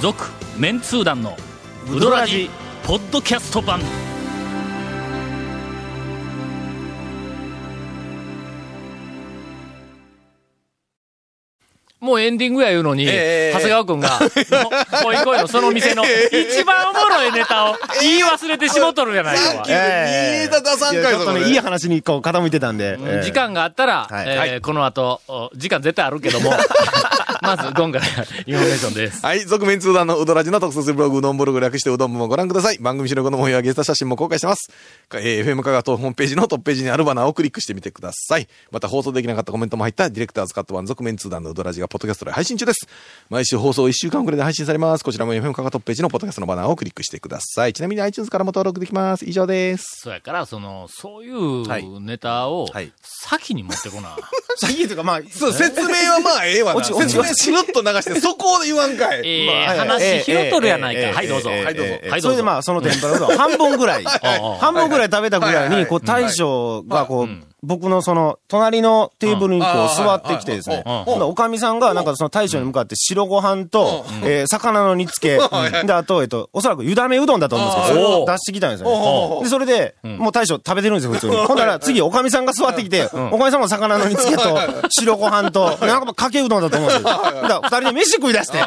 [SPEAKER 3] 続、メンツー団のウドラジポッドキャスト版。もうエンディングや言うのに、
[SPEAKER 4] ええ
[SPEAKER 3] 長谷川くん が、こいこいのその店の一番おもろいネタを言い忘れてしもとるじゃないか。おい
[SPEAKER 4] ええ新潟三回
[SPEAKER 8] いやちょっと
[SPEAKER 4] そ
[SPEAKER 8] ね、
[SPEAKER 4] れ
[SPEAKER 8] いい話にこう傾いてたんで。ええ
[SPEAKER 3] 時間があったら、
[SPEAKER 8] はい
[SPEAKER 3] えーこの後、お時間絶対あるけども、まず、ゴンからインフォメーションです。
[SPEAKER 4] はい。続面通談のうどらじの特設ブログ、うどんブログ略してうどん部もご覧ください。番組収録の模様やゲスト写真も公開してます。えー FM 香川とホームページのトップページにあるバナーをクリックしてみてください。また放送できなかったコメントも入ったディレクターズカット版続面通談のうどらじがポッドキャストで配信中です。毎週放送1週間くらいで配信されます。こちらも FM 香川トップページのポッドキャストのバナーをクリックしてください。ちなみに iTunes からも登録できます。以上です。
[SPEAKER 3] そうやから、その、そうい
[SPEAKER 5] はいう
[SPEAKER 3] ネタを
[SPEAKER 5] はい、
[SPEAKER 3] 先に持ってこな。
[SPEAKER 8] 先というか、まあ、
[SPEAKER 4] そう、説明はまあええわな。
[SPEAKER 8] 落ち落
[SPEAKER 4] 説
[SPEAKER 8] ち
[SPEAKER 4] 明しろっと流して、そこを言わんかい。
[SPEAKER 3] ええ
[SPEAKER 5] まあ
[SPEAKER 3] 話拾っとるやない
[SPEAKER 5] ええええ
[SPEAKER 3] か。はい、どうぞ。
[SPEAKER 5] ええええ
[SPEAKER 3] はい、どうぞ
[SPEAKER 5] え。え
[SPEAKER 3] はい、ど
[SPEAKER 8] そ
[SPEAKER 3] う
[SPEAKER 8] れで
[SPEAKER 3] ぞ。
[SPEAKER 8] まあ、その天ぷらうどん、半分 ぐらい、 半分ぐらい食べたぐらいに、こう、大将が、こう、僕のその、隣のテーブルにこう、座ってきてですね、ほんならおかみさんが、なんかその大将に向かって白ご飯と、えー魚の煮 付け、で、あと、えっと、おそらくゆだめうどんだと思うんですけど、それを出してきたんですよね。で、それで、もう大将食べてるんですよ、 普通に。ほんなら、次、おかみさんが座ってきて、おかみさんも魚の煮付けと、白ご飯と、なんかかけうどんだと思うんですよ。だから、二人で飯食い出して、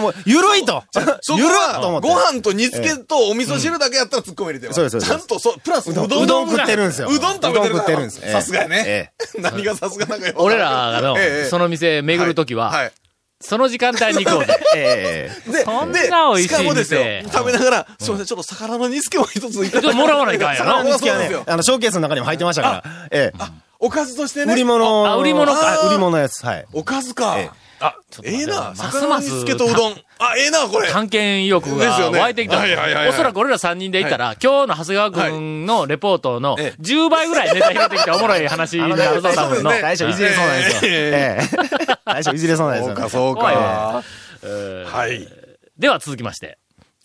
[SPEAKER 8] もう、ゆるいと。
[SPEAKER 4] そこ
[SPEAKER 8] ゆるっと思
[SPEAKER 4] は、
[SPEAKER 8] って
[SPEAKER 4] ご飯と煮付けとお味噌汁だけやったら突っ込めるでは。
[SPEAKER 8] そうですそうです
[SPEAKER 4] ちゃんと、そう、プラスうどん
[SPEAKER 8] うどん食ってるんですよ。
[SPEAKER 4] うどん食べてる
[SPEAKER 8] うどん食ってるんです。ええ
[SPEAKER 4] さすがやね。
[SPEAKER 5] ええ
[SPEAKER 4] 何がさすがなんかよ
[SPEAKER 3] 俺らの
[SPEAKER 4] ええええ、
[SPEAKER 3] その店巡るとき
[SPEAKER 4] は
[SPEAKER 3] は、
[SPEAKER 4] い。
[SPEAKER 3] その時間帯に行こうぜ。
[SPEAKER 5] ええ
[SPEAKER 4] で、
[SPEAKER 3] そんな
[SPEAKER 4] で
[SPEAKER 3] 美味しい
[SPEAKER 4] しかもですよ
[SPEAKER 3] 店、
[SPEAKER 4] 食べながら、すいません、ちょっと魚の煮付けも一ついた
[SPEAKER 3] ちょ
[SPEAKER 4] だ
[SPEAKER 3] っともらわないかんやな
[SPEAKER 4] 魚の
[SPEAKER 8] う
[SPEAKER 4] 煮
[SPEAKER 8] どん
[SPEAKER 4] 付
[SPEAKER 8] 付き
[SPEAKER 4] け
[SPEAKER 8] は
[SPEAKER 4] は
[SPEAKER 8] ね
[SPEAKER 4] ね、、
[SPEAKER 8] あの、ショーケースの中にも入ってましたから。え
[SPEAKER 4] おかずとして
[SPEAKER 8] え。
[SPEAKER 4] ね。
[SPEAKER 8] 売り物
[SPEAKER 3] あ売り物か
[SPEAKER 8] あー売り物のやつ。はい。
[SPEAKER 4] おかずか。あ、ええ
[SPEAKER 3] ま
[SPEAKER 4] な、
[SPEAKER 3] すます
[SPEAKER 4] 魚の煮付けとうどん。あ、ええな、これ。
[SPEAKER 3] 探検意欲
[SPEAKER 4] です
[SPEAKER 3] が
[SPEAKER 4] よね
[SPEAKER 3] 湧いてきた。
[SPEAKER 4] はいはいはいはい
[SPEAKER 3] おそらく俺ら3人で行ったら、今日の長谷川君のレポートの
[SPEAKER 4] ええ
[SPEAKER 3] 10倍ぐらいネタ拾ってきておもろい話になるぞ、多分の。
[SPEAKER 8] 大将いじれそうなんですよ。え え。大将いじれそうなんです
[SPEAKER 4] そう
[SPEAKER 8] よ。
[SPEAKER 4] か、そう
[SPEAKER 3] 怖い
[SPEAKER 4] か。はい。
[SPEAKER 3] では続きまして。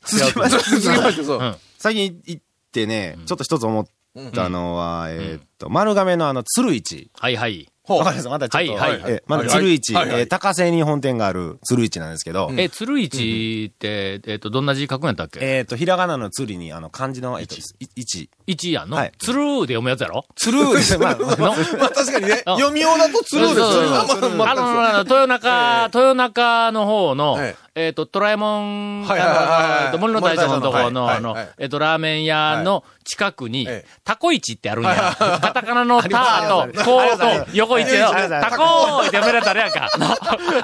[SPEAKER 8] 続きまして
[SPEAKER 4] 続きまして、そう。
[SPEAKER 8] 最近行ってね、ちょっと一つ思ったのは、えーっと、丸亀のあの、鶴市。
[SPEAKER 3] はいはい。
[SPEAKER 4] ほう
[SPEAKER 8] わかりますまたちょっと。
[SPEAKER 3] はいはい
[SPEAKER 8] ええまだ鶴市、え
[SPEAKER 4] はいはい
[SPEAKER 8] ー高瀬に本店がある鶴市なんですけど、
[SPEAKER 3] え、鶴市って、えっと、どんな字書くんやったっけ
[SPEAKER 8] えーっと、ひらがなの鶴に、あの、漢字の、えっと、い市。
[SPEAKER 3] 一やんの
[SPEAKER 8] はい
[SPEAKER 3] 鶴で読むやつやろ
[SPEAKER 8] 鶴市。まあ
[SPEAKER 3] の
[SPEAKER 4] まあ確かにね、
[SPEAKER 3] あ
[SPEAKER 4] 読みようだと鶴です
[SPEAKER 3] そうそうそう
[SPEAKER 4] よね。ま
[SPEAKER 3] あ
[SPEAKER 4] あ
[SPEAKER 3] の
[SPEAKER 4] まあ、
[SPEAKER 3] 豊中、豊中の方の
[SPEAKER 4] え、
[SPEAKER 3] えっと、トラえもん、
[SPEAKER 4] はいはいはいはい
[SPEAKER 3] あのえっと森の大将のところの、
[SPEAKER 4] はい
[SPEAKER 3] あの
[SPEAKER 4] はいはい、
[SPEAKER 3] えっと、ラーメン屋の近くに
[SPEAKER 4] ええ、
[SPEAKER 3] タコイチってあるんや。カタカナのターと、コ
[SPEAKER 8] ありますあり
[SPEAKER 3] ー
[SPEAKER 8] ま
[SPEAKER 3] と、横市の、
[SPEAKER 8] ありますあります
[SPEAKER 3] タコーって読められたらやんか。の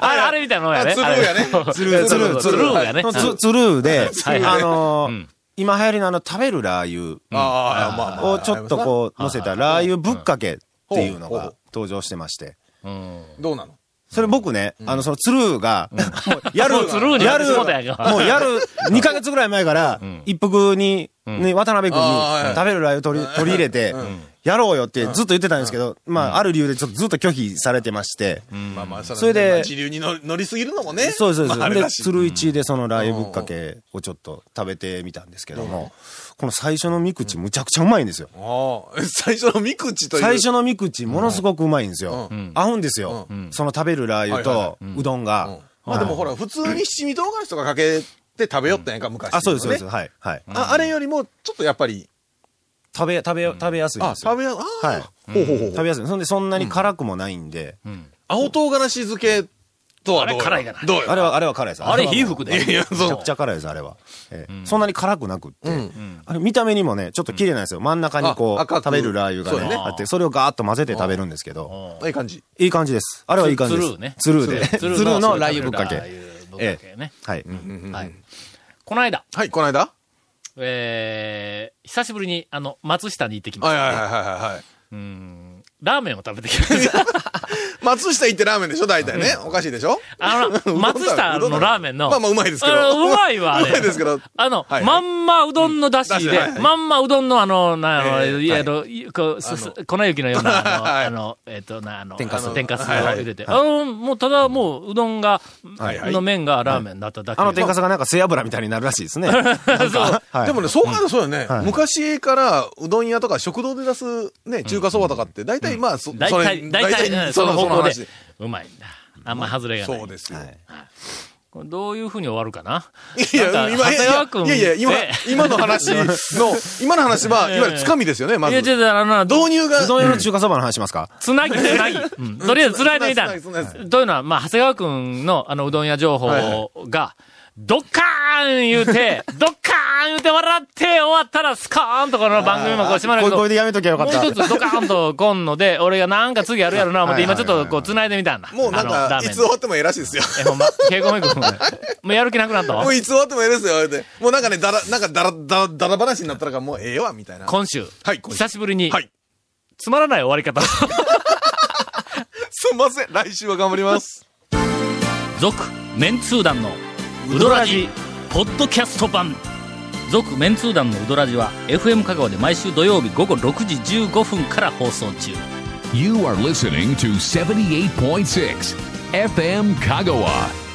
[SPEAKER 3] あれ、あれみたいなのやね。
[SPEAKER 4] 鶴やね。
[SPEAKER 8] 鶴、鶴、
[SPEAKER 3] 鶴鶴やね。
[SPEAKER 8] つつるで、
[SPEAKER 3] はい
[SPEAKER 8] あのー
[SPEAKER 3] うん
[SPEAKER 8] 今流行りのあの食べるラー
[SPEAKER 4] ああ、まあま
[SPEAKER 8] 油
[SPEAKER 4] あ。
[SPEAKER 8] をちょっとこう乗せたラー油ぶっかけっていうのが登場してまして。
[SPEAKER 3] うん
[SPEAKER 4] どうなの
[SPEAKER 8] それ僕ね、あの、その、つるが、 もうやる
[SPEAKER 3] もう、鶴にな
[SPEAKER 8] や
[SPEAKER 3] って
[SPEAKER 8] る、
[SPEAKER 3] しもうたやんか
[SPEAKER 8] もうやる、2ヶ月ぐらい前から、一服にね、渡辺君に
[SPEAKER 4] あーはい
[SPEAKER 8] 食べるラー油を取り取り入れて、やろうよってずっと言ってたんですけど、まあ、ある理由でちょっとずっと拒否されてまして、
[SPEAKER 4] まあまあ、そ
[SPEAKER 8] それで
[SPEAKER 4] 自流に乗り乗りすぎるのもね。
[SPEAKER 8] そうです、そう
[SPEAKER 4] まああれ
[SPEAKER 8] で
[SPEAKER 4] だし
[SPEAKER 8] す。で、鶴市でそのラー油ぶっかけをちょっと食べてみたんですけども、この最初の三口むちゃくちゃうまいんですよ。
[SPEAKER 4] ああ、最初のみくちという。
[SPEAKER 8] 最初の三口ものすごくうまいんですよ。
[SPEAKER 4] う
[SPEAKER 8] 合うんですよ、その食べるラー油
[SPEAKER 4] はいはいは
[SPEAKER 8] とうどんが。
[SPEAKER 4] うんまあでもほら、普通に七味唐辛子とかかけて食べよったんやんか、昔。
[SPEAKER 8] あ、そうです、そうです。
[SPEAKER 4] ね
[SPEAKER 8] はい。はい。
[SPEAKER 4] ああれよりも、ちょっとやっぱり、
[SPEAKER 8] 食べ、食べ、食べやすいん
[SPEAKER 4] あ、
[SPEAKER 8] ですよ。
[SPEAKER 4] 食べや、あ
[SPEAKER 8] はい
[SPEAKER 4] あ、ほうほうほう。
[SPEAKER 8] 食べやすい。そんで、そんなに辛くもないんで、
[SPEAKER 4] 青唐辛子漬けとはどう
[SPEAKER 3] あ
[SPEAKER 4] よ
[SPEAKER 3] れ辛いから
[SPEAKER 4] どうよ
[SPEAKER 8] あれは、あれは辛いです。
[SPEAKER 3] あれ、
[SPEAKER 8] は
[SPEAKER 3] 皮膚
[SPEAKER 4] いやい
[SPEAKER 3] で。
[SPEAKER 4] や、
[SPEAKER 8] めち
[SPEAKER 4] そ
[SPEAKER 8] ゃ
[SPEAKER 4] う
[SPEAKER 8] くち。ゃ辛いです、あれは。ええそんなに辛くなくって、あれ見た目にもね、ちょっと綺麗なんですよ。真ん中にこ
[SPEAKER 4] あ
[SPEAKER 8] う、
[SPEAKER 4] 赤く
[SPEAKER 8] 食べるラー油が
[SPEAKER 4] そうや
[SPEAKER 8] ね、
[SPEAKER 4] ね
[SPEAKER 8] あって、それをガーッと混ぜて食べるんですけど、
[SPEAKER 4] いい感じ。
[SPEAKER 8] いい感じです。あれはいい感じです。
[SPEAKER 3] つ
[SPEAKER 8] つ
[SPEAKER 3] る
[SPEAKER 8] る
[SPEAKER 3] ーね
[SPEAKER 8] で。つ
[SPEAKER 3] つるー
[SPEAKER 8] るのラー油ぶっか
[SPEAKER 3] ラ
[SPEAKER 8] け。
[SPEAKER 3] ー油ぶっかけね。
[SPEAKER 8] はい。
[SPEAKER 3] はい。この間、
[SPEAKER 4] はい、この間
[SPEAKER 3] えー、久しぶりに、あの、松下に行ってきま
[SPEAKER 4] はい
[SPEAKER 3] した。
[SPEAKER 4] はいはいはいはい。
[SPEAKER 3] うんラーメンを食べてきま した。
[SPEAKER 4] 松下行ってラーメンでしょ大体ね。おかしいでしょ
[SPEAKER 3] あのな
[SPEAKER 4] うどんだ
[SPEAKER 3] 松下のラーメンの。
[SPEAKER 4] まあまあうまいですけど
[SPEAKER 3] あのうまいわ、あれ。
[SPEAKER 4] うまいですけど
[SPEAKER 3] あの、
[SPEAKER 4] はい
[SPEAKER 3] まんまうどんの出汁
[SPEAKER 4] うん出
[SPEAKER 3] で、
[SPEAKER 4] 汁はい
[SPEAKER 3] まんまうどんのあの、なんやろ、
[SPEAKER 4] えー
[SPEAKER 3] いやあの、いこう、すす粉雪のような、あの、
[SPEAKER 4] はい
[SPEAKER 3] あのえっ、と、な、あの、天
[SPEAKER 4] かす
[SPEAKER 3] 天かすを
[SPEAKER 4] はいはい
[SPEAKER 3] 入れて。あの、もうただもう、うどんが、
[SPEAKER 4] はいはい
[SPEAKER 3] の麺がラーメンだっただけ。
[SPEAKER 8] あの天かすがなんか背脂みたいになるらしいです ね。なんかはい
[SPEAKER 4] でもね、そう考えたらそうよね
[SPEAKER 8] は。い
[SPEAKER 4] 昔からうどん屋とか食堂で出すね、中華そばとかって、大体まあ、そそれ
[SPEAKER 3] 大体、大体、うんその方向で。うまいんだ。あんま外れがない。
[SPEAKER 4] そうですよ。
[SPEAKER 3] これどういうふうに終わるかない
[SPEAKER 4] や、
[SPEAKER 3] な
[SPEAKER 4] 今、
[SPEAKER 3] んか
[SPEAKER 4] い
[SPEAKER 3] 長谷
[SPEAKER 4] や
[SPEAKER 3] 川君
[SPEAKER 4] いやいや、今
[SPEAKER 3] え、
[SPEAKER 4] 今の話 の、今の話は、いわゆるつかみですよね、ま
[SPEAKER 3] い
[SPEAKER 4] ず
[SPEAKER 3] や、。ちょっとあのな、
[SPEAKER 4] 導入が
[SPEAKER 8] う、どん用の中華そばの話しま すか
[SPEAKER 3] つなぎ、つ なぎ。うんとりあえずつないでみた。
[SPEAKER 4] つないつない
[SPEAKER 3] というのは、まあ、長谷川くんの、あの、うどん屋情報
[SPEAKER 4] はいは
[SPEAKER 3] が、ドッカーン言う て、ドッカーン言うて笑って終わったら、スカーンとこの番組もこう閉まる
[SPEAKER 8] こ
[SPEAKER 3] け
[SPEAKER 8] れ、
[SPEAKER 3] ど、も
[SPEAKER 8] これ
[SPEAKER 3] う
[SPEAKER 8] でやめときゃよかった。
[SPEAKER 3] 一つドカーンと来んので、俺がなんか次やるやろな思って、
[SPEAKER 8] はい
[SPEAKER 3] 今
[SPEAKER 8] はい
[SPEAKER 3] ちょっとこう、つないでみたんだ。
[SPEAKER 4] もうな
[SPEAKER 3] あ
[SPEAKER 4] ん
[SPEAKER 3] のラ
[SPEAKER 4] か
[SPEAKER 3] ー、メ
[SPEAKER 4] い
[SPEAKER 3] ン
[SPEAKER 4] つ終わってもええらしいですよ。
[SPEAKER 3] え、ほんま、稽古め くん。もうやる気なくなったわ
[SPEAKER 4] もう。いつ終わってもええですよ、言うてもうなんかね、だら、なんかだら、だら、だら話になったらからもうええわ、みたいな。
[SPEAKER 3] 今週、
[SPEAKER 4] はい今週
[SPEAKER 3] 久しぶりに、
[SPEAKER 4] はい。
[SPEAKER 3] つまらない終わり方。
[SPEAKER 4] すんません、来週は頑張ります。
[SPEAKER 3] 続メンツー団のウドラジポッドキャスト版続メンツー団のウドラジは FM 香川で毎週土曜日午後6時15分から放送中
[SPEAKER 2] You are listening to 78.6 FM Kagawa.